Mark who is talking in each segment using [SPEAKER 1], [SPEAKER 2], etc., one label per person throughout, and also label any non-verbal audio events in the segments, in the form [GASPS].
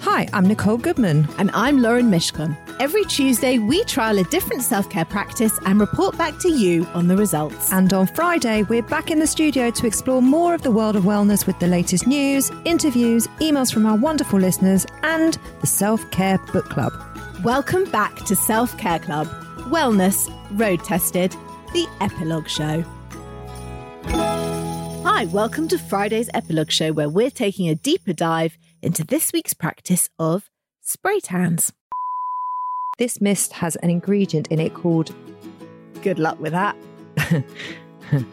[SPEAKER 1] Hi, I'm Nicole Goodman.
[SPEAKER 2] And I'm Lauren Mishkon. Every Tuesday, we trial a different self care practice and report back to you on the results.
[SPEAKER 1] And on Friday, we're back in the studio to explore more of the world of wellness with the latest news, interviews, emails from our wonderful listeners, and the Self Care Book Club.
[SPEAKER 2] Welcome back to Self Care Club Wellness Road Tested, the Epilogue Show. Hi, welcome to Friday's Epilogue Show, where we're taking a deeper dive into this week's practice of spray tans.
[SPEAKER 1] This mist has an ingredient in it called,
[SPEAKER 2] Good luck with that.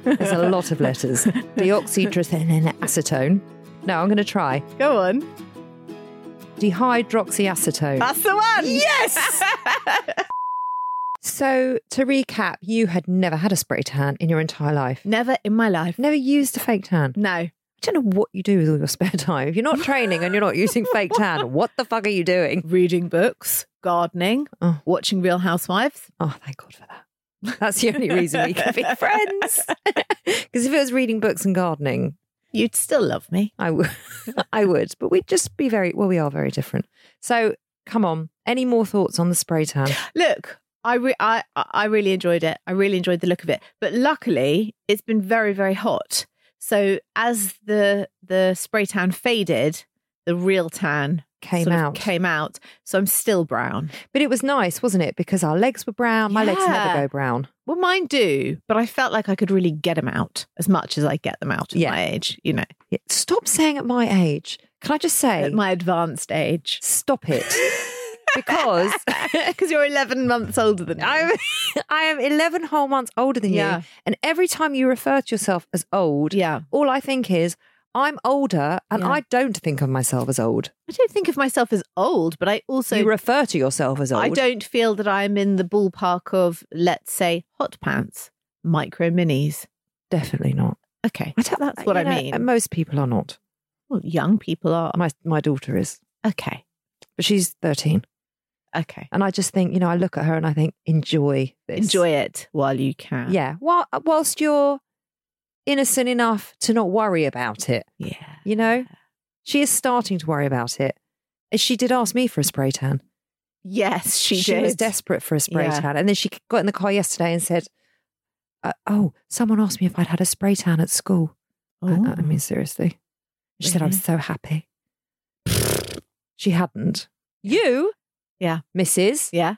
[SPEAKER 1] there's a lot of letters, deoxydracinacetone. No, I'm going to try.
[SPEAKER 2] Go on.
[SPEAKER 1] Dehydroxyacetone.
[SPEAKER 2] That's the one. Yes. [LAUGHS]
[SPEAKER 1] So, to recap, you had never had a spray tan in your entire life,
[SPEAKER 2] Never in my life.
[SPEAKER 1] never used a fake tan.
[SPEAKER 2] No.
[SPEAKER 1] I don't know what you do with all your [LAUGHS] spare time. If you're not training and you're not using fake
[SPEAKER 2] [LAUGHS]
[SPEAKER 1] tan, what the fuck are you doing?
[SPEAKER 2] Reading books, gardening,
[SPEAKER 1] Oh.
[SPEAKER 2] watching Real Housewives.
[SPEAKER 1] Oh, thank God for that. That's the only reason we
[SPEAKER 2] [LAUGHS]
[SPEAKER 1] can be friends. [LAUGHS] Because if it was reading books and gardening,
[SPEAKER 2] You'd still love me.
[SPEAKER 1] I would, [LAUGHS] I would. But we'd just be very well. We are very different. So come on. Any more thoughts on the spray
[SPEAKER 2] [GASPS]
[SPEAKER 1] tan?
[SPEAKER 2] Look, I, re- I I really enjoyed it. I really enjoyed the look of it. But luckily, it's been very very hot. So as the the spray tan faded, the real tan
[SPEAKER 1] Came
[SPEAKER 2] sort of
[SPEAKER 1] out,
[SPEAKER 2] came out. So I'm still brown.
[SPEAKER 1] but it was nice, wasn't it? Because our legs were brown. My legs never
[SPEAKER 2] Yeah.
[SPEAKER 1] go brown.
[SPEAKER 2] Well, mine do, but I felt like I could really get them out as much as I get them out at
[SPEAKER 1] Yeah.
[SPEAKER 2] my age. You know,
[SPEAKER 1] Yeah. Stop saying at my age. Can I just say,
[SPEAKER 2] at my
[SPEAKER 1] [LAUGHS]
[SPEAKER 2] advanced age.
[SPEAKER 1] stop it?
[SPEAKER 2] [LAUGHS]
[SPEAKER 1] Because
[SPEAKER 2] Because you're 11 months older than me.
[SPEAKER 1] I'm [LAUGHS] I am 11 whole months older than
[SPEAKER 2] Yeah.
[SPEAKER 1] you. And every time you refer to yourself as old,
[SPEAKER 2] yeah.
[SPEAKER 1] all I think is I'm older and
[SPEAKER 2] Yeah.
[SPEAKER 1] I don't think of myself as old.
[SPEAKER 2] I don't think of myself as old, but I also
[SPEAKER 1] you refer to yourself as old.
[SPEAKER 2] I don't feel that I'm in the ballpark of let's say hot pants, micro minis.
[SPEAKER 1] Definitely not.
[SPEAKER 2] Okay.
[SPEAKER 1] I don't,
[SPEAKER 2] That's what
[SPEAKER 1] you
[SPEAKER 2] I
[SPEAKER 1] know,
[SPEAKER 2] mean.
[SPEAKER 1] and Most people are not.
[SPEAKER 2] Well, young people are
[SPEAKER 1] My my daughter is,
[SPEAKER 2] okay.
[SPEAKER 1] but she's 13.
[SPEAKER 2] Okay.
[SPEAKER 1] And I just think, you know, I look at her and I think, enjoy this.
[SPEAKER 2] Enjoy it while you can.
[SPEAKER 1] Yeah. While, whilst you're innocent enough to not worry about it,
[SPEAKER 2] Yeah.
[SPEAKER 1] you know? She is starting to worry about it. She did ask me for a spray tan.
[SPEAKER 2] Yes, she, did.
[SPEAKER 1] was desperate for a spray
[SPEAKER 2] Yeah.
[SPEAKER 1] tan, and then she got in the car yesterday and said, uh, "Oh, someone asked me if I'd had a spray tan at school." I, I
[SPEAKER 2] Oh.
[SPEAKER 1] mean, seriously, she said, "I'm
[SPEAKER 2] Mhm.
[SPEAKER 1] so happy." she hadn't. You,
[SPEAKER 2] Yeah.
[SPEAKER 1] Mrs.
[SPEAKER 2] Yeah.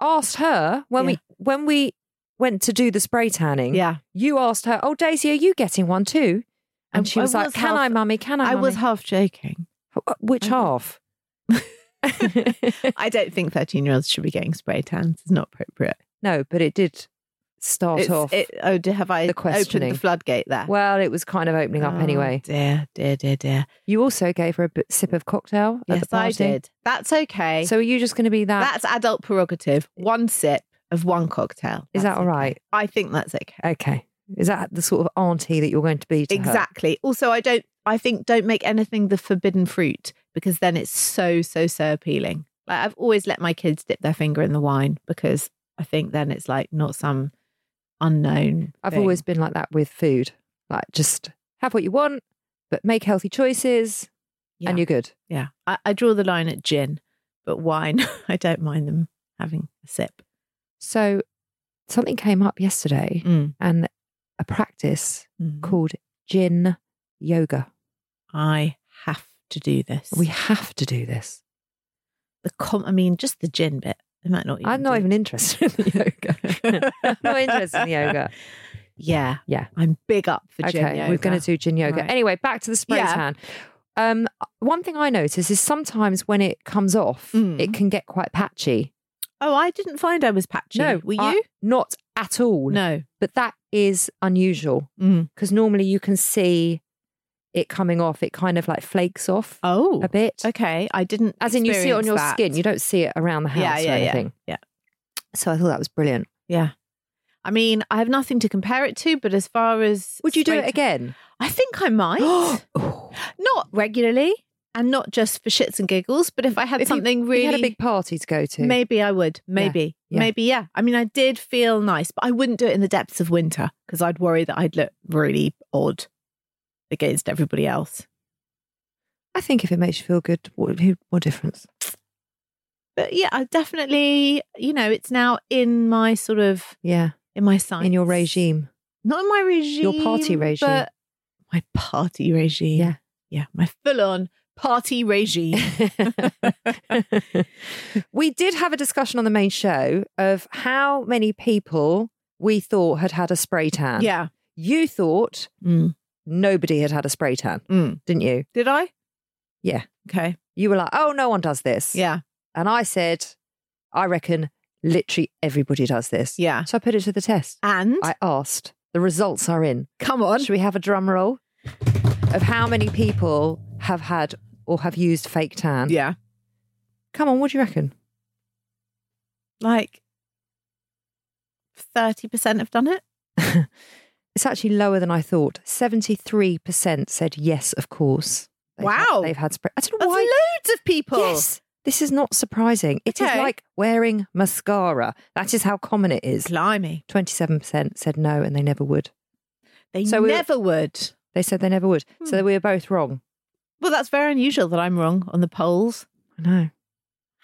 [SPEAKER 1] asked her when
[SPEAKER 2] Yeah.
[SPEAKER 1] we when we went to do the spray tanning.
[SPEAKER 2] Yeah.
[SPEAKER 1] you asked her, "Oh, Daisy, are you getting one too?" And
[SPEAKER 2] I-
[SPEAKER 1] she
[SPEAKER 2] I
[SPEAKER 1] was like,
[SPEAKER 2] was
[SPEAKER 1] "Can
[SPEAKER 2] half-
[SPEAKER 1] I, mummy? Can I?"
[SPEAKER 2] I was
[SPEAKER 1] mummy?"
[SPEAKER 2] half joking.
[SPEAKER 1] Uh, which
[SPEAKER 2] I-
[SPEAKER 1] half? [LAUGHS]
[SPEAKER 2] I don't think 13 year olds should be getting spray tans. It's not appropriate.
[SPEAKER 1] no, but it did start
[SPEAKER 2] It's-
[SPEAKER 1] off.
[SPEAKER 2] it- oh, d- have I
[SPEAKER 1] the
[SPEAKER 2] opened
[SPEAKER 1] questioning.
[SPEAKER 2] the floodgate there?
[SPEAKER 1] Well, it was kind of opening up
[SPEAKER 2] Oh,
[SPEAKER 1] anyway.
[SPEAKER 2] Dear, dear, dear, dear.
[SPEAKER 1] You also gave her a bit, sip of cocktail at
[SPEAKER 2] Yes,
[SPEAKER 1] the
[SPEAKER 2] I
[SPEAKER 1] party.
[SPEAKER 2] did. That's okay.
[SPEAKER 1] So are you just going to be that?
[SPEAKER 2] That's adult prerogative. One sip of one cocktail.
[SPEAKER 1] Is
[SPEAKER 2] That's
[SPEAKER 1] that all
[SPEAKER 2] okay.
[SPEAKER 1] right?
[SPEAKER 2] I think that's okay.
[SPEAKER 1] Okay. Is that the sort of auntie that you're going to be to her?
[SPEAKER 2] Exactly. Also, I don't. I think don't make anything the forbidden fruit because then it's so so so appealing. Like I've always let my kids dip their finger in the wine because I think then it's like not some unknown.
[SPEAKER 1] I've
[SPEAKER 2] thing.
[SPEAKER 1] always been like that with food. Like just have what you want, but make healthy choices
[SPEAKER 2] Yeah.
[SPEAKER 1] and you're good.
[SPEAKER 2] yeah. I, I draw the line at gin, but wine [LAUGHS] I don't mind them having a sip.
[SPEAKER 1] So something came up yesterday
[SPEAKER 2] Mm.
[SPEAKER 1] and a practice
[SPEAKER 2] Mm.
[SPEAKER 1] called gin yoga.
[SPEAKER 2] I have to do this.
[SPEAKER 1] We have to do
[SPEAKER 2] [LAUGHS]
[SPEAKER 1] this.
[SPEAKER 2] the com- I mean, just the gin bit. I might not. Even
[SPEAKER 1] I'm not
[SPEAKER 2] do
[SPEAKER 1] even interested in the yoga. [LAUGHS] I'm not interested in the yoga.
[SPEAKER 2] [LAUGHS] Yeah.
[SPEAKER 1] Yeah.
[SPEAKER 2] I'm big up for
[SPEAKER 1] okay,
[SPEAKER 2] gin yoga.
[SPEAKER 1] we're going to do gin yoga.
[SPEAKER 2] Right.
[SPEAKER 1] Anyway, back to the spray
[SPEAKER 2] Yeah.
[SPEAKER 1] tan. Um, one thing I notice is sometimes when it comes off,
[SPEAKER 2] Mm.
[SPEAKER 1] it can get quite patchy.
[SPEAKER 2] Oh, I didn't find I was patchy.
[SPEAKER 1] No,
[SPEAKER 2] Were you?
[SPEAKER 1] I- Not at all.
[SPEAKER 2] no.
[SPEAKER 1] But that is unusual
[SPEAKER 2] Mm.
[SPEAKER 1] because normally you can see it coming off. It kind of like flakes off
[SPEAKER 2] Oh.
[SPEAKER 1] a bit.
[SPEAKER 2] Okay. I didn't.
[SPEAKER 1] As in, you see it on
[SPEAKER 2] experience
[SPEAKER 1] your
[SPEAKER 2] that.
[SPEAKER 1] skin. You don't see it around the house
[SPEAKER 2] Yeah, yeah,
[SPEAKER 1] or
[SPEAKER 2] yeah,
[SPEAKER 1] anything.
[SPEAKER 2] yeah.
[SPEAKER 1] So I thought that was brilliant.
[SPEAKER 2] Yeah. I mean, I have nothing to compare it to, but as far as
[SPEAKER 1] Would you do
[SPEAKER 2] straight-
[SPEAKER 1] it again?
[SPEAKER 2] I think
[SPEAKER 1] [GASPS]
[SPEAKER 2] I might.
[SPEAKER 1] Oh.
[SPEAKER 2] not regularly, and not just for shits and giggles, but if I had
[SPEAKER 1] If you-
[SPEAKER 2] something
[SPEAKER 1] We
[SPEAKER 2] really
[SPEAKER 1] had a big party to go to.
[SPEAKER 2] Maybe I would. Maybe.
[SPEAKER 1] yeah.
[SPEAKER 2] Maybe, yeah. I mean, I did feel nice, but I wouldn't do it in the depths of winter because I'd worry that I'd look really odd against everybody else.
[SPEAKER 1] I think if it makes you feel good, what, who- what difference?
[SPEAKER 2] But yeah, I definitely, you know, it's now in my sort of
[SPEAKER 1] Yeah,
[SPEAKER 2] in my sign
[SPEAKER 1] in your regime.
[SPEAKER 2] Not in my regime.
[SPEAKER 1] party regime.
[SPEAKER 2] But my party regime.
[SPEAKER 1] Yeah.
[SPEAKER 2] Yeah. My full on
[SPEAKER 1] [LAUGHS]
[SPEAKER 2] party regime.
[SPEAKER 1] we did have a discussion on the main show of how many people we thought had had a spray tan.
[SPEAKER 2] yeah.
[SPEAKER 1] You thought
[SPEAKER 2] Mm.
[SPEAKER 1] nobody had had a spray tan,
[SPEAKER 2] Mm.
[SPEAKER 1] didn't you?
[SPEAKER 2] Did I?
[SPEAKER 1] Yeah.
[SPEAKER 2] Okay.
[SPEAKER 1] You were like, oh, no one does this.
[SPEAKER 2] Yeah.
[SPEAKER 1] And I said, I reckon literally everybody does this.
[SPEAKER 2] Yeah.
[SPEAKER 1] So I put it to the test.
[SPEAKER 2] And
[SPEAKER 1] I asked, the results are in.
[SPEAKER 2] come on.
[SPEAKER 1] Should we have a drum roll of how many people have had or have used fake tan?
[SPEAKER 2] Yeah.
[SPEAKER 1] Come on, what do you reckon?
[SPEAKER 2] Like 30% have done it.
[SPEAKER 1] It's actually lower than I thought. 73% said yes, of course. They've had-
[SPEAKER 2] Wow.
[SPEAKER 1] they've had spray. I don't know
[SPEAKER 2] That's
[SPEAKER 1] why.
[SPEAKER 2] loads of people.
[SPEAKER 1] Yes. This is not surprising. It is
[SPEAKER 2] Okay.
[SPEAKER 1] like wearing mascara. That is how common it is.
[SPEAKER 2] Slimy.
[SPEAKER 1] 27% said no and they never would.
[SPEAKER 2] They
[SPEAKER 1] So we-
[SPEAKER 2] never would.
[SPEAKER 1] They said they never would. So
[SPEAKER 2] Hmm.
[SPEAKER 1] we were both wrong.
[SPEAKER 2] Well, that's very unusual that I'm wrong on the polls.
[SPEAKER 1] I know.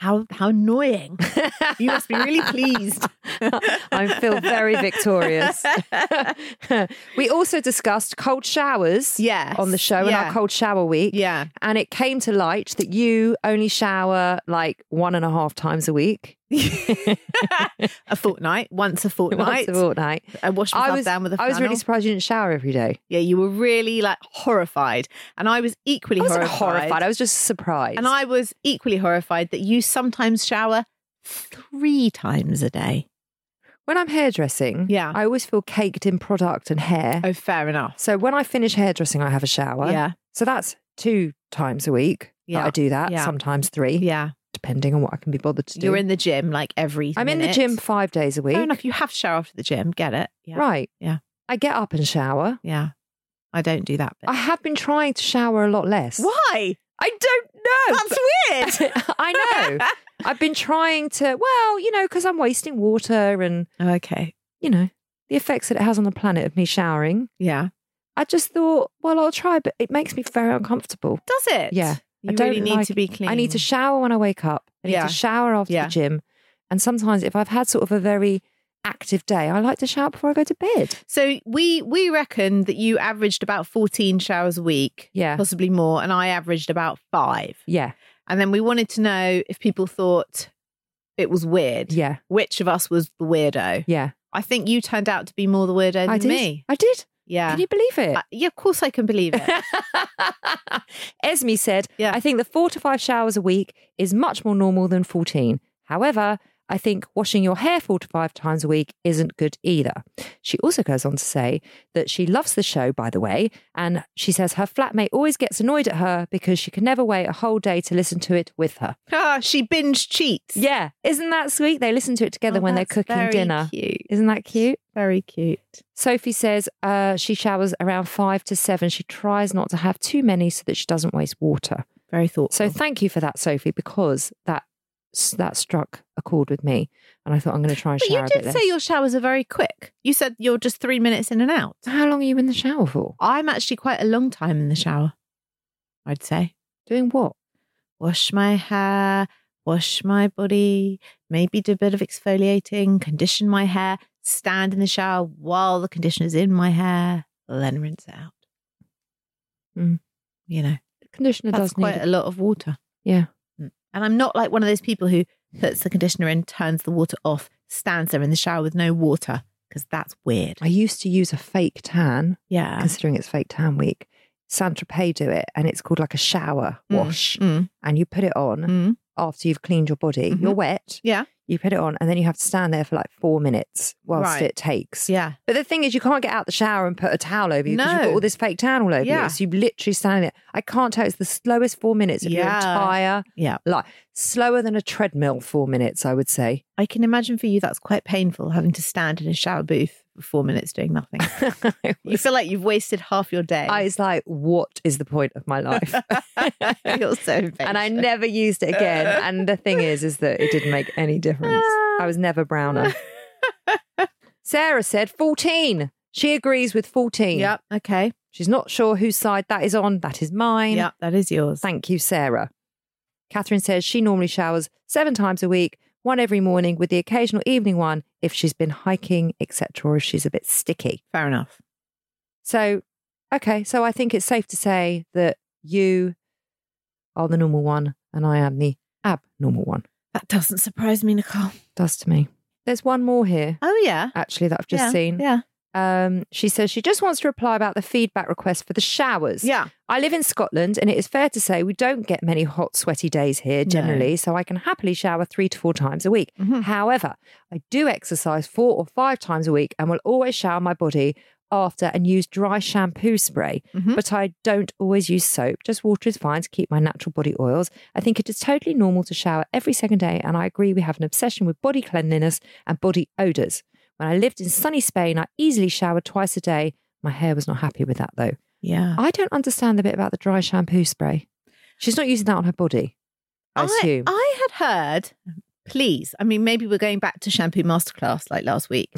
[SPEAKER 2] How how annoying. You must be really pleased.
[SPEAKER 1] [LAUGHS] I feel very victorious.
[SPEAKER 2] [LAUGHS]
[SPEAKER 1] [LAUGHS] we also discussed cold showers
[SPEAKER 2] yes.
[SPEAKER 1] on the show in
[SPEAKER 2] yeah.
[SPEAKER 1] our cold shower week.
[SPEAKER 2] Yeah.
[SPEAKER 1] And it came to light that you only shower like one and a half times a week,
[SPEAKER 2] a fortnight, once
[SPEAKER 1] [LAUGHS]
[SPEAKER 2] a
[SPEAKER 1] once
[SPEAKER 2] fortnight.
[SPEAKER 1] a fortnight.
[SPEAKER 2] I washed myself
[SPEAKER 1] I was,
[SPEAKER 2] down with a
[SPEAKER 1] I was really
[SPEAKER 2] flannel.
[SPEAKER 1] surprised you didn't shower every day.
[SPEAKER 2] Yeah, you were really like horrified, and I was equally
[SPEAKER 1] I wasn't
[SPEAKER 2] horrified.
[SPEAKER 1] horrified. I was just surprised.
[SPEAKER 2] And I was equally horrified that you sometimes shower three times a day.
[SPEAKER 1] when I'm hairdressing,
[SPEAKER 2] Yeah.
[SPEAKER 1] I always feel caked in product and hair.
[SPEAKER 2] Oh, fair enough.
[SPEAKER 1] So when I finish hairdressing, I have a shower.
[SPEAKER 2] Yeah,
[SPEAKER 1] So that's two times a week that
[SPEAKER 2] Yeah.
[SPEAKER 1] I do that.
[SPEAKER 2] Yeah.
[SPEAKER 1] Sometimes three,
[SPEAKER 2] yeah.
[SPEAKER 1] depending on what I can be bothered to do.
[SPEAKER 2] You're in the gym like every.
[SPEAKER 1] I'm in the
[SPEAKER 2] minute.
[SPEAKER 1] gym five days a week.
[SPEAKER 2] Fair enough. You have to shower after the gym. Get it? Yeah.
[SPEAKER 1] Right.
[SPEAKER 2] Yeah.
[SPEAKER 1] I get up and shower.
[SPEAKER 2] Yeah. I don't do that. [LAUGHS] Bit.
[SPEAKER 1] I have been trying to shower a lot less.
[SPEAKER 2] Why?
[SPEAKER 1] I don't know.
[SPEAKER 2] That's weird. [LAUGHS]
[SPEAKER 1] but- [LAUGHS] I know. I've been trying to, well, you know, because I'm wasting water and,
[SPEAKER 2] Oh, okay.
[SPEAKER 1] you know, the effects that it has on the planet of me showering.
[SPEAKER 2] Yeah.
[SPEAKER 1] I just thought, well, I'll try, but it makes me very uncomfortable.
[SPEAKER 2] Does it?
[SPEAKER 1] Yeah.
[SPEAKER 2] You
[SPEAKER 1] I don't
[SPEAKER 2] really need
[SPEAKER 1] like-
[SPEAKER 2] to be clean.
[SPEAKER 1] I need to shower when I wake up. I need
[SPEAKER 2] Yeah.
[SPEAKER 1] to shower after
[SPEAKER 2] Yeah.
[SPEAKER 1] the gym. And sometimes if I've had sort of a very active day, I like to shower before I go to bed.
[SPEAKER 2] So we we reckon that you averaged about 14 showers a week,
[SPEAKER 1] Yeah.
[SPEAKER 2] possibly more, and I averaged about 5.
[SPEAKER 1] Yeah.
[SPEAKER 2] And then we wanted to know if people thought it was weird.
[SPEAKER 1] Yeah.
[SPEAKER 2] Which of us was the weirdo?
[SPEAKER 1] Yeah.
[SPEAKER 2] I think you turned out to be more the weirdo than
[SPEAKER 1] I did.
[SPEAKER 2] me.
[SPEAKER 1] I did.
[SPEAKER 2] Yeah.
[SPEAKER 1] Can you believe it?
[SPEAKER 2] I- yeah, of course I can
[SPEAKER 1] [LAUGHS]
[SPEAKER 2] believe it.
[SPEAKER 1] Esme said,
[SPEAKER 2] Yeah.
[SPEAKER 1] I think the four to five showers a week is much more normal than 14. However, I think washing your hair four to five times a week isn't good either. She also goes on to say that she loves the show, by the way, and she says her flatmate always gets annoyed at her because she can never wait a whole day to listen to it with her.
[SPEAKER 2] ah, she binge cheats.
[SPEAKER 1] Yeah, isn't that sweet? They listen to it together
[SPEAKER 2] Oh,
[SPEAKER 1] when they're
[SPEAKER 2] that's
[SPEAKER 1] cooking
[SPEAKER 2] very
[SPEAKER 1] dinner.
[SPEAKER 2] Cute.
[SPEAKER 1] Isn't that cute?
[SPEAKER 2] Very cute.
[SPEAKER 1] Sophie says uh, she showers around five to seven. She tries not to have too many so that she doesn't waste water.
[SPEAKER 2] Very thoughtful.
[SPEAKER 1] So thank you for that, Sophie, because that that struck a chord with me, and I thought I'm going to try and
[SPEAKER 2] but
[SPEAKER 1] shower
[SPEAKER 2] you
[SPEAKER 1] a
[SPEAKER 2] did
[SPEAKER 1] bit
[SPEAKER 2] say
[SPEAKER 1] less.
[SPEAKER 2] your showers are very quick. You said you're just 3 minutes in
[SPEAKER 1] [GASPS]
[SPEAKER 2] and out.
[SPEAKER 1] How long are you in the shower for?
[SPEAKER 2] I'm actually quite a long time in the shower, I'd say.
[SPEAKER 1] Doing what?
[SPEAKER 2] Wash my hair, wash my body, maybe do a bit of exfoliating, condition my hair, stand in the shower while the conditioner's in my hair, then rinse it out.
[SPEAKER 1] Mm.
[SPEAKER 2] You know,
[SPEAKER 1] Conditioner
[SPEAKER 2] that's
[SPEAKER 1] does need.
[SPEAKER 2] quite a lot of water.
[SPEAKER 1] Yeah.
[SPEAKER 2] Mm. And I'm not like one of those people who puts the conditioner in, turns the water off, stands there in the shower with no water, because that's weird.
[SPEAKER 1] I used to use a fake tan,
[SPEAKER 2] Yeah.
[SPEAKER 1] considering it's fake tan week. San Tropez do it, and it's called like a shower
[SPEAKER 2] Mm.
[SPEAKER 1] wash,
[SPEAKER 2] Mm.
[SPEAKER 1] and you put it on
[SPEAKER 2] Mm.
[SPEAKER 1] after you've cleaned your body.
[SPEAKER 2] Mhm.
[SPEAKER 1] You're wet.
[SPEAKER 2] Yeah.
[SPEAKER 1] You put it on, and then you have to stand there for like four minutes whilst
[SPEAKER 2] Right.
[SPEAKER 1] it takes.
[SPEAKER 2] Yeah.
[SPEAKER 1] But the thing is, you can't get out the shower and put a towel over you because you've
[SPEAKER 2] No.
[SPEAKER 1] got all this fake tan all over
[SPEAKER 2] Yeah.
[SPEAKER 1] you. So you literally stand in it. I can't tell. It's the slowest four minutes of your
[SPEAKER 2] Yeah.
[SPEAKER 1] entire
[SPEAKER 2] Yeah.
[SPEAKER 1] life. Slower than a treadmill four minutes, I would say. [LAUGHS]
[SPEAKER 2] I can imagine for you that's quite painful having to stand in a shower booth for four minutes doing nothing.
[SPEAKER 1] I
[SPEAKER 2] you feel like you've wasted half your day. [LAUGHS]
[SPEAKER 1] was like, what is the point of my life?
[SPEAKER 2] You're so [LAUGHS] impatient.
[SPEAKER 1] and I never used it
[SPEAKER 2] [LAUGHS]
[SPEAKER 1] again. And the thing is, is that it didn't make any difference.
[SPEAKER 2] Ah.
[SPEAKER 1] I was never
[SPEAKER 2] [LAUGHS]
[SPEAKER 1] browner. Sarah said 14. She agrees with 14.
[SPEAKER 2] Yep. Okay.
[SPEAKER 1] She's not sure whose side that is on. That is mine.
[SPEAKER 2] Yeah, that is yours.
[SPEAKER 1] Thank you, Sarah. Catherine says she normally showers seven times a week, one every morning, with the occasional evening one if she's been hiking, etc., or if she's a bit sticky.
[SPEAKER 2] Fair enough.
[SPEAKER 1] So, okay, so I think it's safe to say that you are the normal one and I am the abnormal one.
[SPEAKER 2] That doesn't surprise me, Nicole.
[SPEAKER 1] Does to me. There's one more here,
[SPEAKER 2] Oh yeah.
[SPEAKER 1] actually, that I've just
[SPEAKER 2] yeah.
[SPEAKER 1] seen.
[SPEAKER 2] Yeah.
[SPEAKER 1] Um, she says she just wants to reply about the feedback request for the showers.
[SPEAKER 2] Yeah.
[SPEAKER 1] I live in Scotland, and it is fair to say we don't get many hot, sweaty days here
[SPEAKER 2] No.
[SPEAKER 1] generally, so I can happily shower three to four times a week.
[SPEAKER 2] Mhm.
[SPEAKER 1] However, I do exercise four or five times a week and will always shower my body after and use dry shampoo spray,
[SPEAKER 2] Mhm.
[SPEAKER 1] but I don't always use soap. Just water is fine to keep my natural body oils. I think it is totally normal to shower every second day, and I agree we have an obsession with body cleanliness and body odours. When I lived in sunny Spain, I easily showered twice a day. My hair was not happy with that though.
[SPEAKER 2] Yeah.
[SPEAKER 1] I don't understand the bit about the dry shampoo spray. She's not using that on her body, I, assume.
[SPEAKER 2] I had heard, please, I mean, maybe we're going back to shampoo masterclass like last [LAUGHS] week,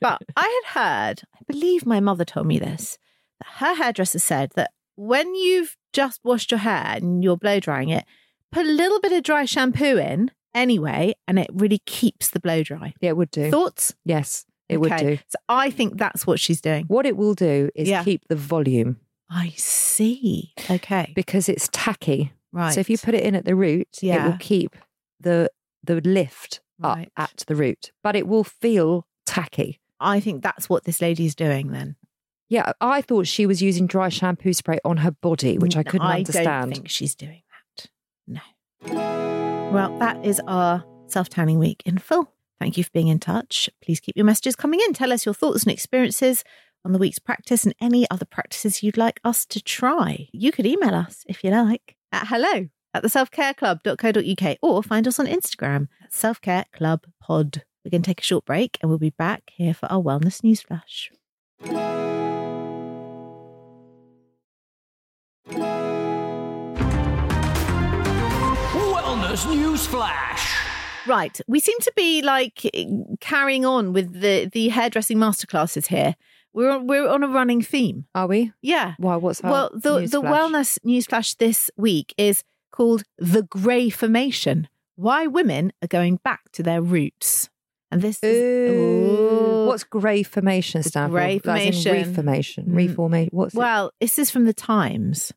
[SPEAKER 2] but I had heard, I believe my mother told me this, that her hairdresser said that when you've just washed your hair and you're blow drying it, put a little bit of dry shampoo in anyway, and it really keeps the blow dry.
[SPEAKER 1] yeah, it would do.
[SPEAKER 2] Thoughts?
[SPEAKER 1] yes, it would
[SPEAKER 2] Okay.
[SPEAKER 1] do.
[SPEAKER 2] So I think that's what she's doing.
[SPEAKER 1] What it will do is
[SPEAKER 2] Yeah.
[SPEAKER 1] keep the volume
[SPEAKER 2] I see. Okay.
[SPEAKER 1] because it's tacky.
[SPEAKER 2] Right.
[SPEAKER 1] So if you put it in at the root, it
[SPEAKER 2] Yeah.
[SPEAKER 1] will keep the the lift up
[SPEAKER 2] Right.
[SPEAKER 1] at the root, but it will feel tacky.
[SPEAKER 2] I think that's what this lady's doing then.
[SPEAKER 1] Yeah, I thought she was using dry shampoo spray on her body, which I couldn't
[SPEAKER 2] I
[SPEAKER 1] understand.
[SPEAKER 2] don't think she's doing that. No. Well, that is our self tanning week in full. Thank you for being in touch. Please keep your messages coming in. Tell us your thoughts and experiences on the week's practice and any other practices you'd like us to try. You could email us if you like at hello at the selfcareclub.co.uk or find us on Instagram at selfcare club pod. We're going to take a short break and we'll be back here for our wellness news flash.
[SPEAKER 3] Wellness News Flash.
[SPEAKER 2] Right. We seem to be like carrying on with the the hairdressing masterclasses here. We're on, we're on a running theme.
[SPEAKER 1] Are we?
[SPEAKER 2] Yeah.
[SPEAKER 1] Why? What's her
[SPEAKER 2] well, the the
[SPEAKER 1] newsflash?
[SPEAKER 2] wellness newsflash this week is called the Grey Formation: Why Women Are Going Back to Their Roots. And this is
[SPEAKER 1] Ooh.
[SPEAKER 2] Ooh.
[SPEAKER 1] What's grey formation stand
[SPEAKER 2] Grey
[SPEAKER 1] for? As in
[SPEAKER 2] formation.
[SPEAKER 1] reformation.
[SPEAKER 2] Mm.
[SPEAKER 1] Reformation. What's it?
[SPEAKER 2] well, this is from the Times,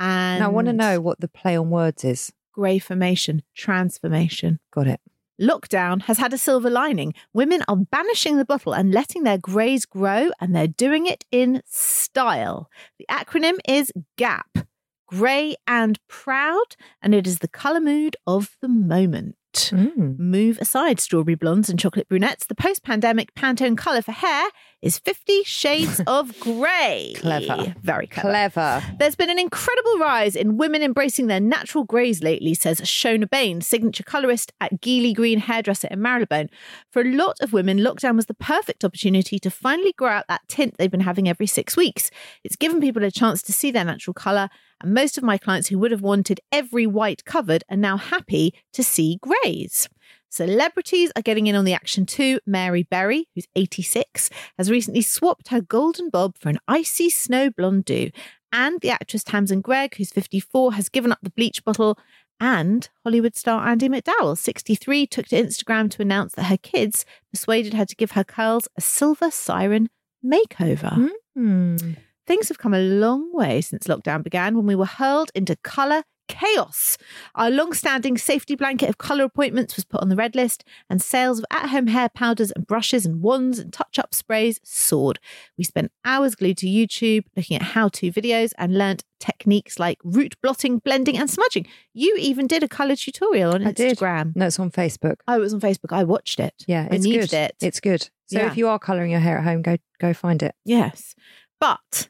[SPEAKER 2] and
[SPEAKER 1] Now, I want to know what the play on words is.
[SPEAKER 2] Grey Formation transformation.
[SPEAKER 1] Got it.
[SPEAKER 2] Lockdown has had a silver lining. Women are banishing the bottle and letting their greys grow, and they're doing it in style. The acronym is GAP, Grey and Proud, and it is the colour mood of the moment.
[SPEAKER 1] Mm.
[SPEAKER 2] Move aside strawberry blondes and chocolate brunettes. The post pandemic Pantone colour for hair is 50 shades of grey.
[SPEAKER 1] Clever.
[SPEAKER 2] Very clever.
[SPEAKER 1] Clever.
[SPEAKER 2] There's been an incredible rise in women embracing their natural greys lately, says Shona Bain, signature colourist at Geely Green Hairdresser in Marylebone. For a lot of women, lockdown was the perfect opportunity to finally grow out that tint they've been having every six weeks. It's given people a chance to see their natural colour, and most of my clients who would have wanted every white covered are now happy to see greys. Celebrities are getting in on the action too. Mary Berry, who's 86, has recently swapped her golden bob for an icy snow blonde do. And the actress Tamsin Gregg, who's 54, has given up the bleach bottle. And Hollywood star Andy McDowell, 63, took to Instagram to announce that her kids persuaded her to give her curls a silver siren makeover. Hmm.
[SPEAKER 1] Mm.
[SPEAKER 2] Things have come a long way since lockdown began when we were hurled into colour chaos. Our long standing safety blanket of colour appointments was put on the red list, and sales of at home hair powders and brushes and wands and touch up sprays soared. We spent hours glued to YouTube looking at how to videos and learnt techniques like root blotting, blending, and smudging. You even did a colour tutorial on
[SPEAKER 1] I did.
[SPEAKER 2] Instagram.
[SPEAKER 1] No, it's on Facebook.
[SPEAKER 2] Oh, it was on Facebook. I watched it.
[SPEAKER 1] Yeah,
[SPEAKER 2] I
[SPEAKER 1] it's
[SPEAKER 2] needed
[SPEAKER 1] good.
[SPEAKER 2] it.
[SPEAKER 1] It's good. So
[SPEAKER 2] Yeah.
[SPEAKER 1] if you are colouring your hair at home, go go find it.
[SPEAKER 2] Yes. But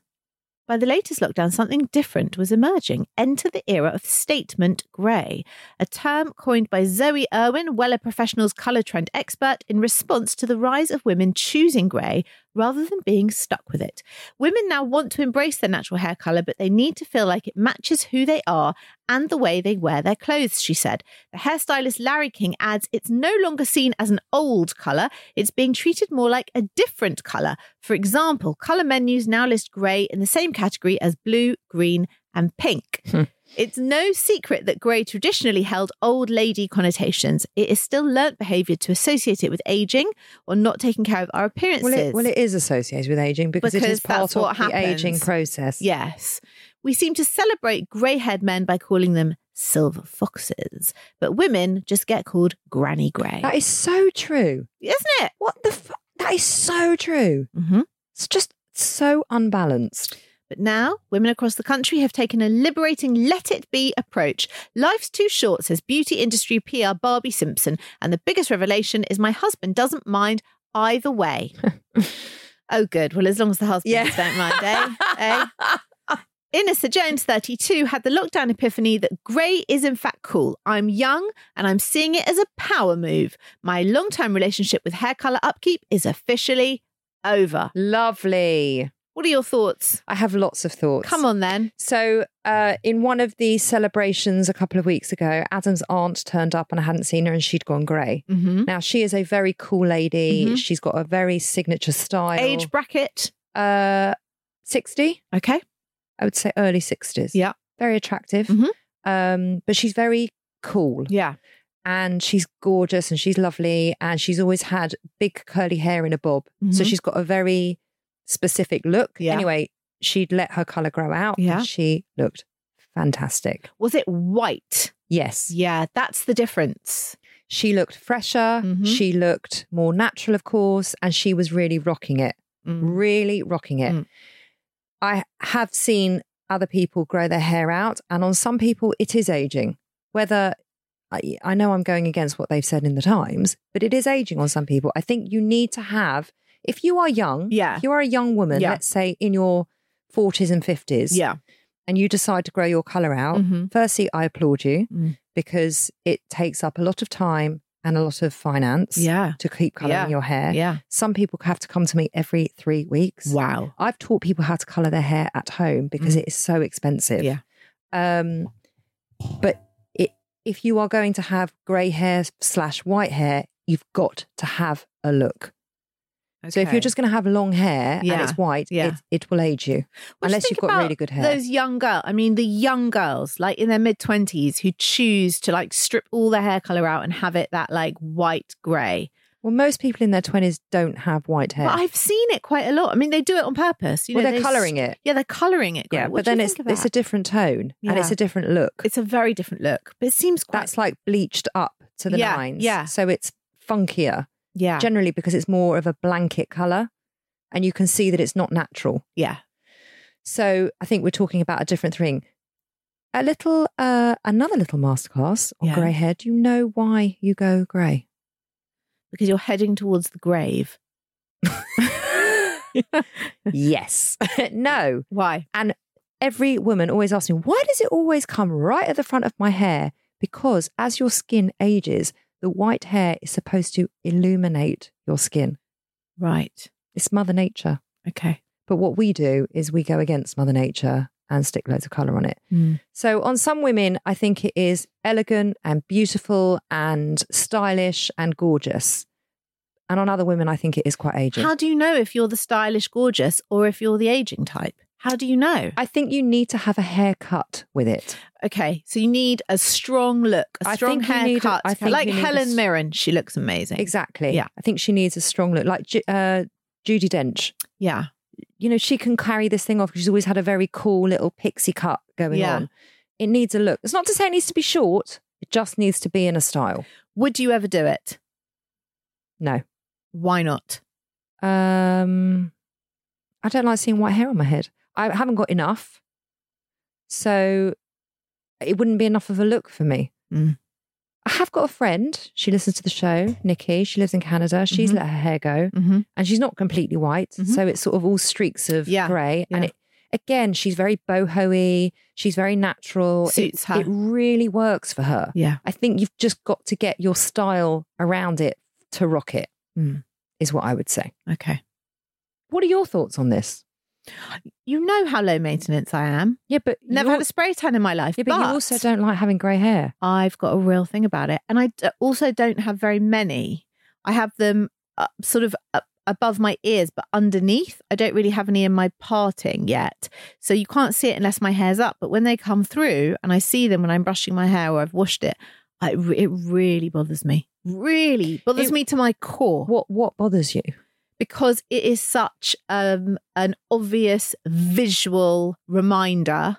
[SPEAKER 2] by the latest lockdown, something different was emerging. Enter the era of statement grey, a term coined by Zoe Irwin, Weller Professionals colour trend expert, in response to the rise of women choosing grey rather than being stuck with it. Women now want to embrace their natural hair colour, but they need to feel like it matches who they are and the way they wear their clothes, she said. The hairstylist Larry King adds it's no longer seen as an old colour, it's being treated more like a different colour. For example, colour menus now list grey in the same category as blue, green, and pink. It's no secret that grey traditionally held old lady connotations. It is still learnt behaviour to associate it with ageing or not taking care of our appearances.
[SPEAKER 1] Well, it, well, it is associated with aging because, it
[SPEAKER 2] Because
[SPEAKER 1] is part
[SPEAKER 2] that's
[SPEAKER 1] of
[SPEAKER 2] what
[SPEAKER 1] the aging
[SPEAKER 2] happens.
[SPEAKER 1] process.
[SPEAKER 2] Yes. We seem to celebrate grey haired men by calling them silver foxes, but women just get called granny grey.
[SPEAKER 1] That is so true.
[SPEAKER 2] Isn't it?
[SPEAKER 1] What the fu- That is so true.
[SPEAKER 2] Mm-hmm.
[SPEAKER 1] It's just so unbalanced.
[SPEAKER 2] But now, women across the country have taken a liberating let it be approach. Life's too short, says beauty industry PR Barbie Simpson. And the biggest revelation is my husband doesn't mind either way. oh, good. Well, as long as the husbands
[SPEAKER 1] Yeah.
[SPEAKER 2] don't mind, eh? eh? Inessa Jones, 32, had the lockdown epiphany that grey is in fact cool. I'm young and I'm seeing it as a power move. My long term relationship with hair colour upkeep is officially over.
[SPEAKER 1] Lovely.
[SPEAKER 2] What are your thoughts?
[SPEAKER 1] I have lots of thoughts.
[SPEAKER 2] Come on then.
[SPEAKER 1] So, uh, in one of the celebrations a couple of weeks ago, Adam's aunt turned up and I hadn't seen her and she'd gone grey.
[SPEAKER 2] Mm-hmm.
[SPEAKER 1] Now, she is a very cool lady.
[SPEAKER 2] Mhm.
[SPEAKER 1] She's got a very signature style.
[SPEAKER 2] Age bracket.
[SPEAKER 1] Uh, 60,
[SPEAKER 2] Okay.
[SPEAKER 1] I would say early 60s.
[SPEAKER 2] Yeah.
[SPEAKER 1] Very attractive.
[SPEAKER 2] Mhm.
[SPEAKER 1] Um, but she's very cool
[SPEAKER 2] Yeah.
[SPEAKER 1] and she's gorgeous and she's lovely and she's always had big curly hair in a bob. So
[SPEAKER 2] Mhm.
[SPEAKER 1] she's got a very specific look.
[SPEAKER 2] Yeah.
[SPEAKER 1] Anyway, she'd let her colour grow out. and
[SPEAKER 2] Yeah.
[SPEAKER 1] she looked fantastic.
[SPEAKER 2] Was it white?
[SPEAKER 1] Yes.
[SPEAKER 2] Yeah, that's the difference.
[SPEAKER 1] She looked fresher.
[SPEAKER 2] Mhm.
[SPEAKER 1] She looked more natural, of course, and she was really rocking it,
[SPEAKER 2] Mm-hmm.
[SPEAKER 1] really rocking it.
[SPEAKER 2] Mm.
[SPEAKER 1] I have seen other people grow their hair out, and on some people, it is aging. Whether I, I know I'm going against what they've said in the Times, but it is aging on some people. I think you need to have, if you are young,
[SPEAKER 2] Yeah.
[SPEAKER 1] if you are a young woman,
[SPEAKER 2] Yeah.
[SPEAKER 1] let's say in your 40s and 50s,
[SPEAKER 2] Yeah.
[SPEAKER 1] and you decide to grow your colour out,
[SPEAKER 2] Mhm.
[SPEAKER 1] firstly, I applaud you
[SPEAKER 2] Mm.
[SPEAKER 1] because it takes up a lot of time and a lot of finance
[SPEAKER 2] Yeah.
[SPEAKER 1] to keep colouring
[SPEAKER 2] Yeah.
[SPEAKER 1] your hair.
[SPEAKER 2] Yeah.
[SPEAKER 1] Some people have to come to me every three weeks.
[SPEAKER 2] Wow.
[SPEAKER 1] I've taught people how to colour their hair at home because it is so expensive.
[SPEAKER 2] Mm. Yeah.
[SPEAKER 1] Um, but it, if you are going to have grey hair slash white hair, you've got to have a look. So if you're just going to have long hair and
[SPEAKER 2] Yeah.
[SPEAKER 1] it's white,
[SPEAKER 2] Yeah.
[SPEAKER 1] it, it will age you.
[SPEAKER 2] Well,
[SPEAKER 1] unless
[SPEAKER 2] just
[SPEAKER 1] you've
[SPEAKER 2] think
[SPEAKER 1] got
[SPEAKER 2] about
[SPEAKER 1] really good hair.
[SPEAKER 2] Those young girl, I mean, the young girls, like in their mid twenties, who choose to like strip all their hair color out and have it that like white grey.
[SPEAKER 1] Well, most people in their 20s don't have white hair.
[SPEAKER 2] But I've seen it quite a lot. I mean, they do it on purpose. You
[SPEAKER 1] well,
[SPEAKER 2] know,
[SPEAKER 1] they're
[SPEAKER 2] they
[SPEAKER 1] colouring it.
[SPEAKER 2] Yeah, they're coloring it. Grey.
[SPEAKER 1] Yeah,
[SPEAKER 2] What
[SPEAKER 1] but
[SPEAKER 2] do you
[SPEAKER 1] then it's
[SPEAKER 2] think of
[SPEAKER 1] it's a
[SPEAKER 2] that?
[SPEAKER 1] different tone and it's
[SPEAKER 2] Yeah.
[SPEAKER 1] a different look.
[SPEAKER 2] it's a very different look, but it seems quite
[SPEAKER 1] That's like bleached up to the
[SPEAKER 2] Yeah,
[SPEAKER 1] lines.
[SPEAKER 2] yeah.
[SPEAKER 1] So it's funkier
[SPEAKER 2] yeah,
[SPEAKER 1] generally because it's more of a blanket color and you can see that it's not natural.
[SPEAKER 2] yeah,
[SPEAKER 1] So I think we're talking about a different thing. A little, uh, another little masterclass on
[SPEAKER 2] Yeah.
[SPEAKER 1] grey hair. Do you know why you go
[SPEAKER 2] [LAUGHS]
[SPEAKER 1] grey?
[SPEAKER 2] because you're heading towards the grave.
[SPEAKER 1] yes. [LAUGHS] no.
[SPEAKER 2] Why?
[SPEAKER 1] every woman always asks me, why does it always come right at the front of my hair? Because as your skin ages, the white hair is supposed to illuminate your skin.
[SPEAKER 2] Right.
[SPEAKER 1] It's Mother Nature.
[SPEAKER 2] Okay.
[SPEAKER 1] But what we do is we go against Mother Nature and stick loads of colour on it.
[SPEAKER 2] Mm.
[SPEAKER 1] So on some women, I think it is elegant and beautiful and stylish and gorgeous. And on other women, I think it is quite aging.
[SPEAKER 2] How do you know if you're the stylish, gorgeous, or if you're the aging type? How do you know?
[SPEAKER 1] I think you need to have a haircut with it.
[SPEAKER 2] Okay, so you need a strong look,
[SPEAKER 1] I
[SPEAKER 2] a strong
[SPEAKER 1] think you need a-
[SPEAKER 2] haircut.
[SPEAKER 1] I think
[SPEAKER 2] like
[SPEAKER 1] you need a
[SPEAKER 2] Helen
[SPEAKER 1] s-
[SPEAKER 2] Mirren, she looks amazing.
[SPEAKER 1] Exactly.
[SPEAKER 2] Yeah.
[SPEAKER 1] I think she needs a strong look, like Ju- uh, Judy Dench.
[SPEAKER 2] Yeah,
[SPEAKER 1] you know, she can carry this thing off. She's always had a very cool little pixie cut going
[SPEAKER 2] Yeah.
[SPEAKER 1] on. It needs a look. It's not to say it needs to be short. It just needs to be in a style.
[SPEAKER 2] would you ever do it?
[SPEAKER 1] No.
[SPEAKER 2] Why not?
[SPEAKER 1] Um, I don't like seeing white hair on my head. I haven't got enough. So it wouldn't be enough of a look for me.
[SPEAKER 2] Mm.
[SPEAKER 1] I have got a friend. She listens to the show, Nikki. She lives in Canada. She's
[SPEAKER 2] Mhm.
[SPEAKER 1] let her hair go
[SPEAKER 2] Mm-hmm.
[SPEAKER 1] and she's not completely white.
[SPEAKER 2] Mhm.
[SPEAKER 1] So it's sort of all streaks of
[SPEAKER 2] Yeah,
[SPEAKER 1] grey. And
[SPEAKER 2] yeah.
[SPEAKER 1] it, again, she's very boho y. She's very natural. It-
[SPEAKER 2] Suits her.
[SPEAKER 1] It really works for her.
[SPEAKER 2] Yeah.
[SPEAKER 1] I think you've just got to get your style around it to rock it, is
[SPEAKER 2] Mm.
[SPEAKER 1] what I would say.
[SPEAKER 2] Okay.
[SPEAKER 1] What are your thoughts on this?
[SPEAKER 2] You know how low maintenance I am.
[SPEAKER 1] Yeah, but
[SPEAKER 2] Never
[SPEAKER 1] you
[SPEAKER 2] had
[SPEAKER 1] al-
[SPEAKER 2] a spray tan in my life.
[SPEAKER 1] yeah, but, you also don't like having grey hair.
[SPEAKER 2] I've got a real thing about it. And I d- also don't have very many. I have them uh, sort of up above my ears, but underneath. I don't really have any in my parting yet. So you can't see it unless my hair's up. But when they come through and I see them when I'm brushing my hair or I've washed it, I, re- it really bothers me. Really bothers
[SPEAKER 1] It-
[SPEAKER 2] me to my core
[SPEAKER 1] What what bothers you?
[SPEAKER 2] because it is such um, an obvious visual reminder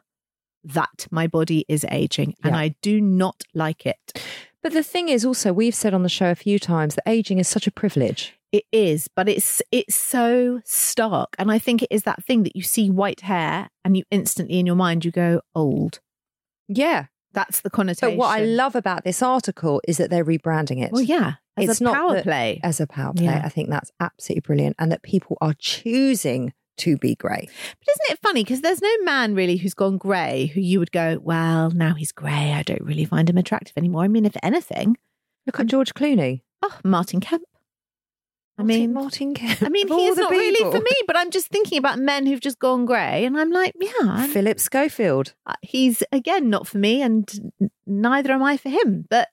[SPEAKER 2] that my body is aging and
[SPEAKER 1] Yeah.
[SPEAKER 2] I do not like it.
[SPEAKER 1] But the thing is, also, we've said on the show a few times that aging is such a privilege.
[SPEAKER 2] It is, but it's it's so stark, and I think it is that thing that you see white hair, and you instantly in your mind you go old.
[SPEAKER 1] Yeah.
[SPEAKER 2] That's the connotation.
[SPEAKER 1] But what I love about this article is that they're rebranding it
[SPEAKER 2] well, yeah, as
[SPEAKER 1] It's
[SPEAKER 2] a
[SPEAKER 1] not
[SPEAKER 2] power
[SPEAKER 1] that- uh,
[SPEAKER 2] play.
[SPEAKER 1] as a power play.
[SPEAKER 2] Yeah.
[SPEAKER 1] I think that's absolutely brilliant, and that people are choosing to be grey.
[SPEAKER 2] But isn't it funny? Because there's no man really who's gone grey who you would go, well, now he's grey. I don't really find him attractive anymore. I mean, if anything,
[SPEAKER 1] Look at George Clooney.
[SPEAKER 2] oh, Martin Kemp. I
[SPEAKER 1] Martin-
[SPEAKER 2] mean,
[SPEAKER 1] Martin Kemp.
[SPEAKER 2] I mean,
[SPEAKER 1] of all
[SPEAKER 2] he's
[SPEAKER 1] the
[SPEAKER 2] not really for
[SPEAKER 1] people.
[SPEAKER 2] me. But I'm just thinking about men who've just gone grey, and I'm like, yeah, I'm-
[SPEAKER 1] Philip Schofield.
[SPEAKER 2] Uh, he's again not for me and n- neither am i for him but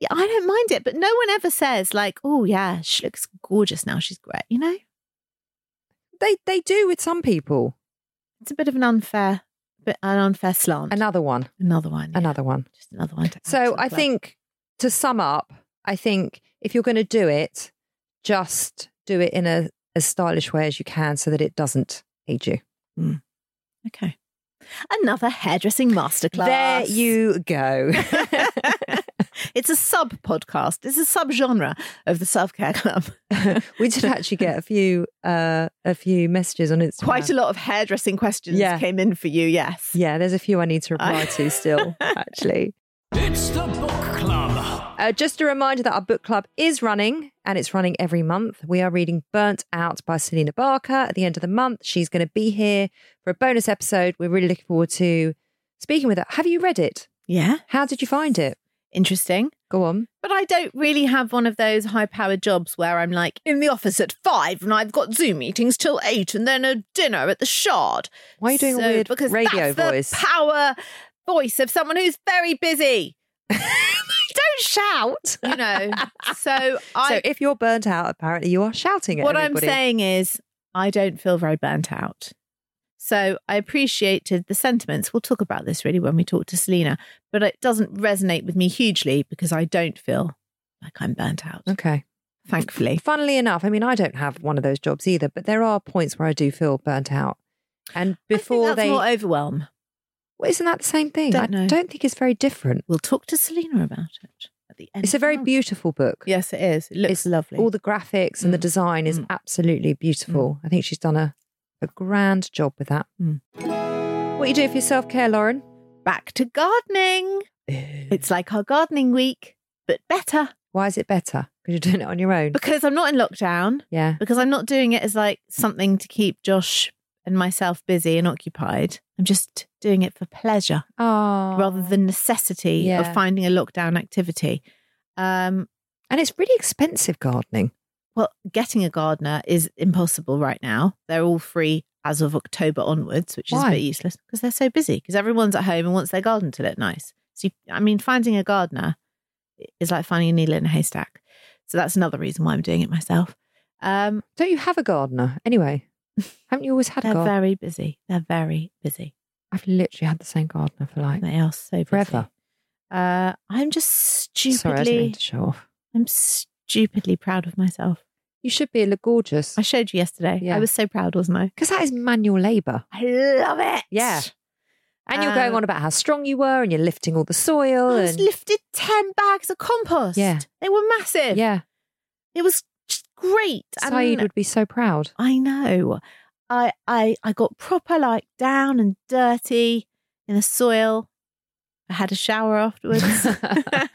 [SPEAKER 2] yeah, i don't mind it but no one ever says like oh yeah she looks gorgeous now she's great you know
[SPEAKER 1] They they do with some people.
[SPEAKER 2] it's a bit of an unfair bit an unfair slant
[SPEAKER 1] Another one.
[SPEAKER 2] another one yeah.
[SPEAKER 1] Another one.
[SPEAKER 2] just another one to add to
[SPEAKER 1] So
[SPEAKER 2] the
[SPEAKER 1] I
[SPEAKER 2] club.
[SPEAKER 1] think to sum up, I think if you're going to do it, just do it in a as stylish way as you can so that it doesn't age you.
[SPEAKER 2] okay another hairdressing masterclass
[SPEAKER 1] There you [LAUGHS] go.
[SPEAKER 2] [LAUGHS] it's a sub podcast it's a sub genre of the self-care club
[SPEAKER 1] [LAUGHS] we did actually get a few uh a few messages on Instagram.
[SPEAKER 2] quite a lot of hairdressing questions
[SPEAKER 1] Yeah.
[SPEAKER 2] came in for you yes
[SPEAKER 1] yeah, there's a few I need to reply to
[SPEAKER 2] [LAUGHS]
[SPEAKER 1] still, actually.
[SPEAKER 3] It's the book club.
[SPEAKER 1] Uh, just a reminder that our book club is running and it's running every month. We are reading Burnt Out by Selena Barker at the end of the month. She's going to be here for a bonus episode. We're really looking forward to speaking with her. Have you read it?
[SPEAKER 2] yeah
[SPEAKER 1] How did you find it?
[SPEAKER 2] interesting
[SPEAKER 1] Go on.
[SPEAKER 2] But I don't really have one of those high powered jobs where I'm like in the office at five and I've got Zoom meetings till eight and then a dinner at the Shard.
[SPEAKER 1] Why are you doing
[SPEAKER 2] So-
[SPEAKER 1] a weird
[SPEAKER 2] because
[SPEAKER 1] radio
[SPEAKER 2] that's the
[SPEAKER 1] voice?
[SPEAKER 2] power voice of someone who's very busy,
[SPEAKER 1] [LAUGHS]
[SPEAKER 2] [LAUGHS]
[SPEAKER 1] Don't shout. [LAUGHS]
[SPEAKER 2] you know. so I,
[SPEAKER 1] so if you're burnt out, apparently you are shouting at
[SPEAKER 2] what
[SPEAKER 1] everybody.
[SPEAKER 2] I'm saying is, I don't feel very burnt out. So I appreciated the sentiments. We'll talk about this really when we talk to Selena, but it doesn't resonate with me hugely because I don't feel like I'm burnt out,
[SPEAKER 1] Okay.
[SPEAKER 2] thankfully.
[SPEAKER 1] Funnily enough, I mean, I don't have one of those jobs either, but there are points where I do feel burnt out. And before
[SPEAKER 2] I think that's
[SPEAKER 1] they,
[SPEAKER 2] more overwhelm.
[SPEAKER 1] Well, isn't that the same thing?
[SPEAKER 2] Don't
[SPEAKER 1] I
[SPEAKER 2] know.
[SPEAKER 1] don't think it's very different.
[SPEAKER 2] We'll talk to Selena about it at the end.
[SPEAKER 1] It's a very
[SPEAKER 2] of the month.
[SPEAKER 1] beautiful book.
[SPEAKER 2] Yes, it is. It looks
[SPEAKER 1] It's
[SPEAKER 2] lovely.
[SPEAKER 1] All the graphics and the
[SPEAKER 2] Mm.
[SPEAKER 1] design is
[SPEAKER 2] Mm.
[SPEAKER 1] absolutely beautiful. I think she's done a, a grand job with that.
[SPEAKER 2] Mm.
[SPEAKER 1] What you do for your self care,
[SPEAKER 2] [SIGHS]
[SPEAKER 1] Lauren?
[SPEAKER 2] Back to gardening. It's like our gardening week, but better
[SPEAKER 1] Why is it better? Because you're doing it on your own.
[SPEAKER 2] because I'm not in lockdown.
[SPEAKER 1] Yeah.
[SPEAKER 2] Because I'm not doing it as like something to keep Josh and myself busy and occupied. I'm just doing it for pleasure
[SPEAKER 1] Oh.
[SPEAKER 2] rather than necessity
[SPEAKER 1] Yeah.
[SPEAKER 2] of finding a lockdown activity. Um,
[SPEAKER 1] And it's really expensive gardening.
[SPEAKER 2] well, getting a gardener is impossible right now. They're all free as of October onwards, which is
[SPEAKER 1] Why?
[SPEAKER 2] a bit useless because they're so busy because everyone's at home and wants their garden to look nice. So, you, I mean, finding a gardener is like finding a needle in a haystack. So that's another reason why I'm doing it myself. Um,
[SPEAKER 1] Don't you have a gardener? Anyway, haven't you always had a
[SPEAKER 2] they're
[SPEAKER 1] gardener?
[SPEAKER 2] very busy. They're very busy.
[SPEAKER 1] I've literally had the same gardener for like.
[SPEAKER 2] They are so busy.
[SPEAKER 1] Forever.
[SPEAKER 2] Uh, I'm just
[SPEAKER 1] Sorry, I didn't mean
[SPEAKER 2] stupidly,
[SPEAKER 1] to show off.
[SPEAKER 2] I'm stupidly proud of myself.
[SPEAKER 1] You should be a look gorgeous
[SPEAKER 2] I showed you yesterday.
[SPEAKER 1] Yeah.
[SPEAKER 2] I was so proud, wasn't I?
[SPEAKER 1] because that is manual labour.
[SPEAKER 2] I love it.
[SPEAKER 1] Yeah. And you're going
[SPEAKER 2] Um,
[SPEAKER 1] on about how strong you were and you're lifting all the soil.
[SPEAKER 2] I
[SPEAKER 1] and,
[SPEAKER 2] just lifted 10 bags of compost.
[SPEAKER 1] Yeah.
[SPEAKER 2] They were massive.
[SPEAKER 1] Yeah.
[SPEAKER 2] It was just great. And
[SPEAKER 1] Saeed would be so proud.
[SPEAKER 2] I know. I, I I got proper like down and dirty in the soil. I had a shower [LAUGHS] afterwards. but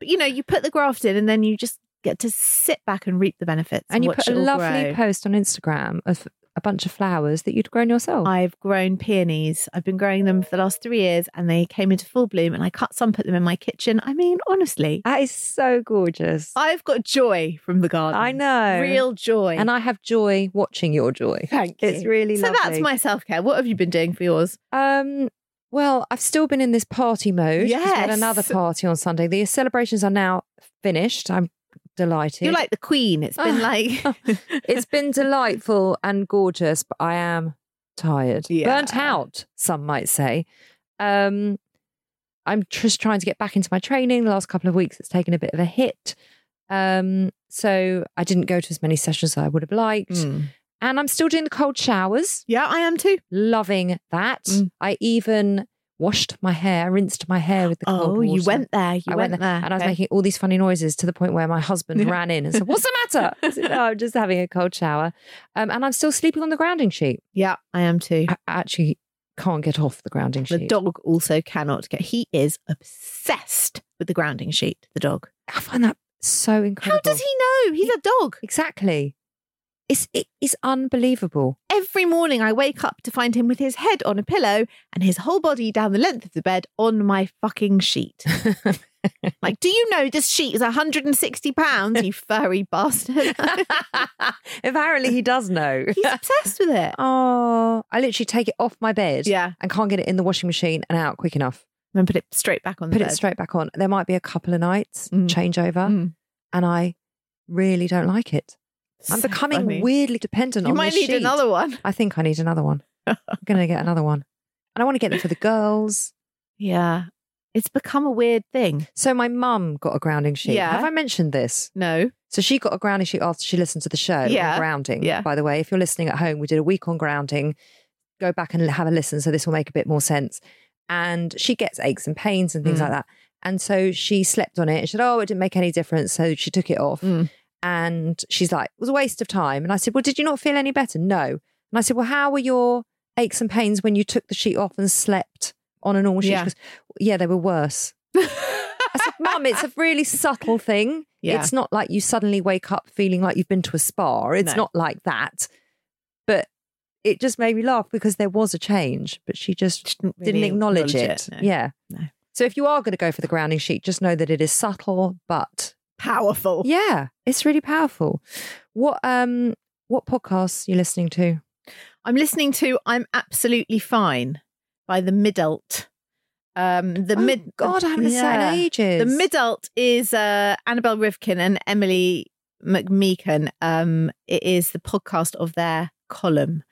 [SPEAKER 2] you know, you put the graft in and then you just get to sit back and reap the benefits.
[SPEAKER 1] [LAUGHS] and you
[SPEAKER 2] watch
[SPEAKER 1] put a
[SPEAKER 2] it all
[SPEAKER 1] lovely
[SPEAKER 2] grow.
[SPEAKER 1] post on Instagram of a bunch of flowers that you'd grown yourself.
[SPEAKER 2] I've grown peonies. I've been growing them for the last three years and they came into full bloom and I cut some, put them in my kitchen. I mean, honestly,
[SPEAKER 1] that is so gorgeous.
[SPEAKER 2] I've got joy from the garden.
[SPEAKER 1] I know.
[SPEAKER 2] Real joy.
[SPEAKER 1] And I have joy watching your joy.
[SPEAKER 2] Thank
[SPEAKER 1] It's really
[SPEAKER 2] so
[SPEAKER 1] lovely.
[SPEAKER 2] that's my self care. What have you been doing for yours?
[SPEAKER 1] Um, well, I've still been in this party mode. 'cause We had
[SPEAKER 2] Yes.
[SPEAKER 1] another party on Sunday. The celebrations are now finished. I'm delighted.
[SPEAKER 2] You're like the queen. It's been
[SPEAKER 1] Oh.
[SPEAKER 2] like [LAUGHS]
[SPEAKER 1] it's been delightful and gorgeous, but I am tired.
[SPEAKER 2] Yeah.
[SPEAKER 1] Burnt out, some might say. Um, I'm just trying to get back into my training. The last couple of weeks, it's taken a bit of a hit. Um, so I didn't go to as many sessions as I would have liked.
[SPEAKER 2] Mm.
[SPEAKER 1] And I'm still doing the cold showers.
[SPEAKER 2] Yeah, I am too.
[SPEAKER 1] loving that.
[SPEAKER 2] Mm.
[SPEAKER 1] I even washed my hair, rinsed my hair with the cold
[SPEAKER 2] Oh, you
[SPEAKER 1] water.
[SPEAKER 2] went there. You
[SPEAKER 1] I
[SPEAKER 2] went, there.
[SPEAKER 1] and I was
[SPEAKER 2] Okay.
[SPEAKER 1] making all these funny noises to the point where my husband ran in and said, "What's the matter?" I said, "No, I'm just having a cold shower, um, and I'm still sleeping on the grounding sheet.
[SPEAKER 2] Yeah, I am too.
[SPEAKER 1] I actually can't get off the grounding
[SPEAKER 2] The
[SPEAKER 1] sheet.
[SPEAKER 2] dog also cannot get. He is obsessed with the grounding sheet. The dog.
[SPEAKER 1] I find that so
[SPEAKER 2] How
[SPEAKER 1] incredible.
[SPEAKER 2] does he know? He's a dog.
[SPEAKER 1] exactly? It's it is unbelievable. [LAUGHS]
[SPEAKER 2] Every morning I wake up to find him with his head on a pillow and his whole body down the length of the bed on my fucking [LAUGHS] sheet. like, do you know this sheet is 160 pounds? You furry [LAUGHS] bastard.
[SPEAKER 1] Apparently, he does
[SPEAKER 2] [LAUGHS]
[SPEAKER 1] know.
[SPEAKER 2] He's obsessed with it.
[SPEAKER 1] Oh, I literally take it off my bed.
[SPEAKER 2] Yeah,
[SPEAKER 1] and can't get it in the washing machine and out quick enough.
[SPEAKER 2] then put it straight back on the
[SPEAKER 1] Put
[SPEAKER 2] bed.
[SPEAKER 1] it straight back on. There might be a couple of nights
[SPEAKER 2] Mm.
[SPEAKER 1] change over,
[SPEAKER 2] Mm.
[SPEAKER 1] and I really don't like it. I'm
[SPEAKER 2] So
[SPEAKER 1] becoming
[SPEAKER 2] funny.
[SPEAKER 1] weirdly dependent
[SPEAKER 2] You
[SPEAKER 1] on
[SPEAKER 2] might
[SPEAKER 1] this
[SPEAKER 2] need
[SPEAKER 1] sheet.
[SPEAKER 2] another one.
[SPEAKER 1] I think I need another
[SPEAKER 2] [LAUGHS]
[SPEAKER 1] one. I'm going to get another one, and I want to get them for the girls.
[SPEAKER 2] Yeah, it's become a weird thing.
[SPEAKER 1] So my mum got a grounding sheet.
[SPEAKER 2] Yeah.
[SPEAKER 1] Have I mentioned this?
[SPEAKER 2] No.
[SPEAKER 1] So she got a grounding sheet after she listened to the show. on
[SPEAKER 2] Yeah.
[SPEAKER 1] grounding.
[SPEAKER 2] Yeah.
[SPEAKER 1] By the way, if you're listening at home, we did a week on grounding. Go back and have a listen, so this will make a bit more sense. And she gets aches and pains and things
[SPEAKER 2] Mm.
[SPEAKER 1] like that. And so she slept on it and said, "Oh, it didn't make any difference." So she took it off,
[SPEAKER 2] Mm.
[SPEAKER 1] and she's like, "It was a waste of time." And I said, "Well, did you not feel any better?" No. And I said, "Well, how were your aches and pains when you took the sheet off and slept on a normal sheet?" She
[SPEAKER 2] Yeah.
[SPEAKER 1] goes, "Yeah, they were worse." I said, Mum, it's a really subtle thing.
[SPEAKER 2] Yeah.
[SPEAKER 1] It's not like you suddenly wake up feeling like you've been to a spa. It's
[SPEAKER 2] No.
[SPEAKER 1] not like that. But it just made me laugh because there was a change, but she just [LAUGHS]
[SPEAKER 2] Didn't,
[SPEAKER 1] didn't acknowledge, it.
[SPEAKER 2] no.
[SPEAKER 1] Yeah.
[SPEAKER 2] No.
[SPEAKER 1] So if you are going to go for the grounding sheet, just know that it is subtle, but
[SPEAKER 2] Powerful.
[SPEAKER 1] yeah, it's really powerful. What um what podcasts are you listening to?
[SPEAKER 2] I'm listening to I'm Absolutely Fine by the Midult. Um, the
[SPEAKER 1] Oh,
[SPEAKER 2] mid
[SPEAKER 1] God, I haven't listened to that in
[SPEAKER 2] Yeah.
[SPEAKER 1] ages.
[SPEAKER 2] The Midult is uh, Annabelle Rivkin and Emily McMeekin. Um, it is the podcast of their column.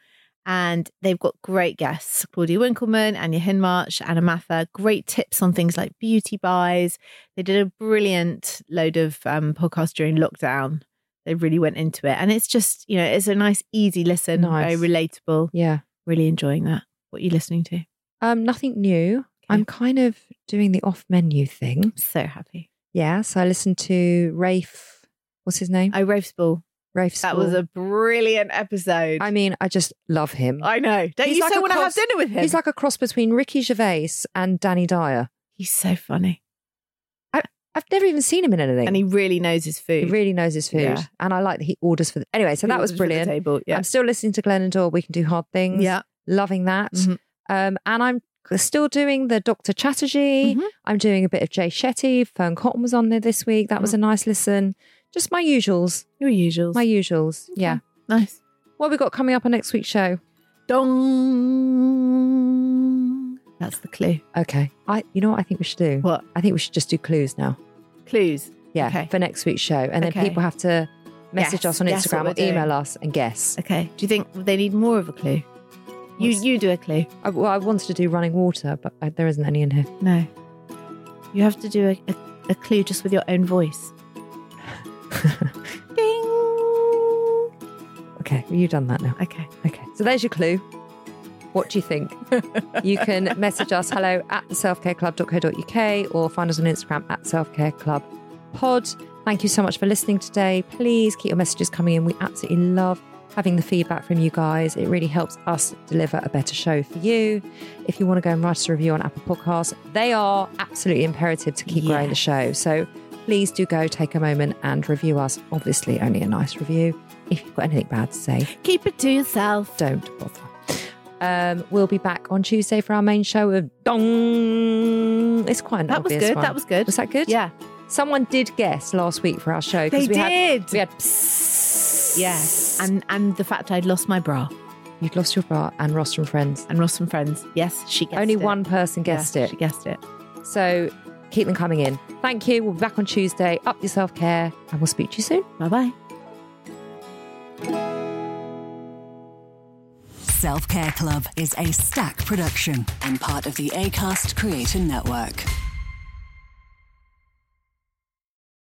[SPEAKER 2] And they've got great guests Claudia Winkleman, Anya Hinmarch, Anna Mather. Great tips on things like beauty buys. They did a brilliant load of um, podcasts during lockdown. They really went into it. And it's just, you know, it's a nice, easy listen,
[SPEAKER 1] Nice.
[SPEAKER 2] very relatable.
[SPEAKER 1] Yeah.
[SPEAKER 2] Really enjoying that. What are you listening to?
[SPEAKER 1] Um nothing new. I'm kind of doing the off menu thing.
[SPEAKER 2] So happy.
[SPEAKER 1] Yeah, so I listened to Rafe. What's his name?
[SPEAKER 2] Oh, Rafe Spall.
[SPEAKER 1] Rafe.
[SPEAKER 2] That was
[SPEAKER 1] Spall.
[SPEAKER 2] a brilliant episode.
[SPEAKER 1] I mean, I just love him.
[SPEAKER 2] I know. Don't
[SPEAKER 1] He's
[SPEAKER 2] you
[SPEAKER 1] like
[SPEAKER 2] so
[SPEAKER 1] a
[SPEAKER 2] want to have
[SPEAKER 1] cross-
[SPEAKER 2] dinner with him?
[SPEAKER 1] He's like a cross between Ricky Gervais and Danny Dyer.
[SPEAKER 2] he's so funny,
[SPEAKER 1] I've never even seen him in anything.
[SPEAKER 2] and he really knows his
[SPEAKER 1] he
[SPEAKER 2] food.
[SPEAKER 1] really knows his food,
[SPEAKER 2] Yeah.
[SPEAKER 1] and I like that he orders for. The- anyway, so
[SPEAKER 2] He
[SPEAKER 1] that was
[SPEAKER 2] orders for the
[SPEAKER 1] brilliant.
[SPEAKER 2] table. Yeah,
[SPEAKER 1] I'm still listening to Glenn and Dore. We can do hard things.
[SPEAKER 2] yeah.
[SPEAKER 1] loving that.
[SPEAKER 2] Mhm.
[SPEAKER 1] Um, and I'm still doing the Dr. Chatterjee.
[SPEAKER 2] Mhm.
[SPEAKER 1] I'm doing a bit of Jay Shetty. Fern Cotton was on there this week. That was
[SPEAKER 2] Mm-hmm.
[SPEAKER 1] a nice listen. Just my usuals.
[SPEAKER 2] Your usuals.
[SPEAKER 1] My usuals. Yeah.
[SPEAKER 2] nice.
[SPEAKER 1] What have we got coming up on next week's show?
[SPEAKER 2] Dong. That's the clue.
[SPEAKER 1] Okay. I you know what I think we should do?
[SPEAKER 2] What
[SPEAKER 1] I think we should just do clues now.
[SPEAKER 2] clues?
[SPEAKER 1] Yeah.
[SPEAKER 2] Okay.
[SPEAKER 1] For next week's show. And then
[SPEAKER 2] Okay.
[SPEAKER 1] people have to message
[SPEAKER 2] Yes,
[SPEAKER 1] us on
[SPEAKER 2] guess what
[SPEAKER 1] Instagram
[SPEAKER 2] we're
[SPEAKER 1] or
[SPEAKER 2] doing.
[SPEAKER 1] email us and guess.
[SPEAKER 2] Okay. Do you think they need more of a clue? You
[SPEAKER 1] What's-
[SPEAKER 2] you do a clue.
[SPEAKER 1] I, well, I wanted to do running water, but uh there isn't any in here.
[SPEAKER 2] No. You have to do a, a, a clue just with your
[SPEAKER 1] [LAUGHS]
[SPEAKER 2] own voice. Ding.
[SPEAKER 1] Okay. Well, you've done that now.
[SPEAKER 2] Okay.
[SPEAKER 1] Okay. So there's your clue. What do you think? you can message us hello at the selfcareclub.co.uk or find us on Instagram at selfcareclubpod. Thank you so much for listening today. Please keep your messages coming in. We absolutely love having the feedback from you guys. It really helps us deliver a better show for you. If you want to go and write us a review on Apple Podcasts, they are absolutely imperative to keep growing the show. So please do go take a moment and review us. Obviously, only a nice review. If you've got anything bad to say,
[SPEAKER 2] Keep it to yourself.
[SPEAKER 1] don't bother. Um, we'll be back on Tuesday for our main show of Dong. It's quite an
[SPEAKER 2] That was
[SPEAKER 1] obvious
[SPEAKER 2] good.
[SPEAKER 1] one.
[SPEAKER 2] That was good.
[SPEAKER 1] Was that good?
[SPEAKER 2] Yeah.
[SPEAKER 1] Someone did guess last week for our show. 'cause
[SPEAKER 2] They
[SPEAKER 1] we Had,
[SPEAKER 2] did.
[SPEAKER 1] we had psst.
[SPEAKER 2] Yes. And and the fact I'd lost my bra
[SPEAKER 1] You'd lost your bra and Ross from Friends.
[SPEAKER 2] and lost some friends. Yes, she guessed
[SPEAKER 1] Only
[SPEAKER 2] it.
[SPEAKER 1] one person
[SPEAKER 2] Yeah,
[SPEAKER 1] guessed it.
[SPEAKER 2] She guessed it.
[SPEAKER 1] So keep them coming in. Thank you. We'll be back on Tuesday. Up your self care, and we'll speak to you soon.
[SPEAKER 2] Bye bye.
[SPEAKER 4] Self Care Club is a stack production and part of the ACAST Creator Network.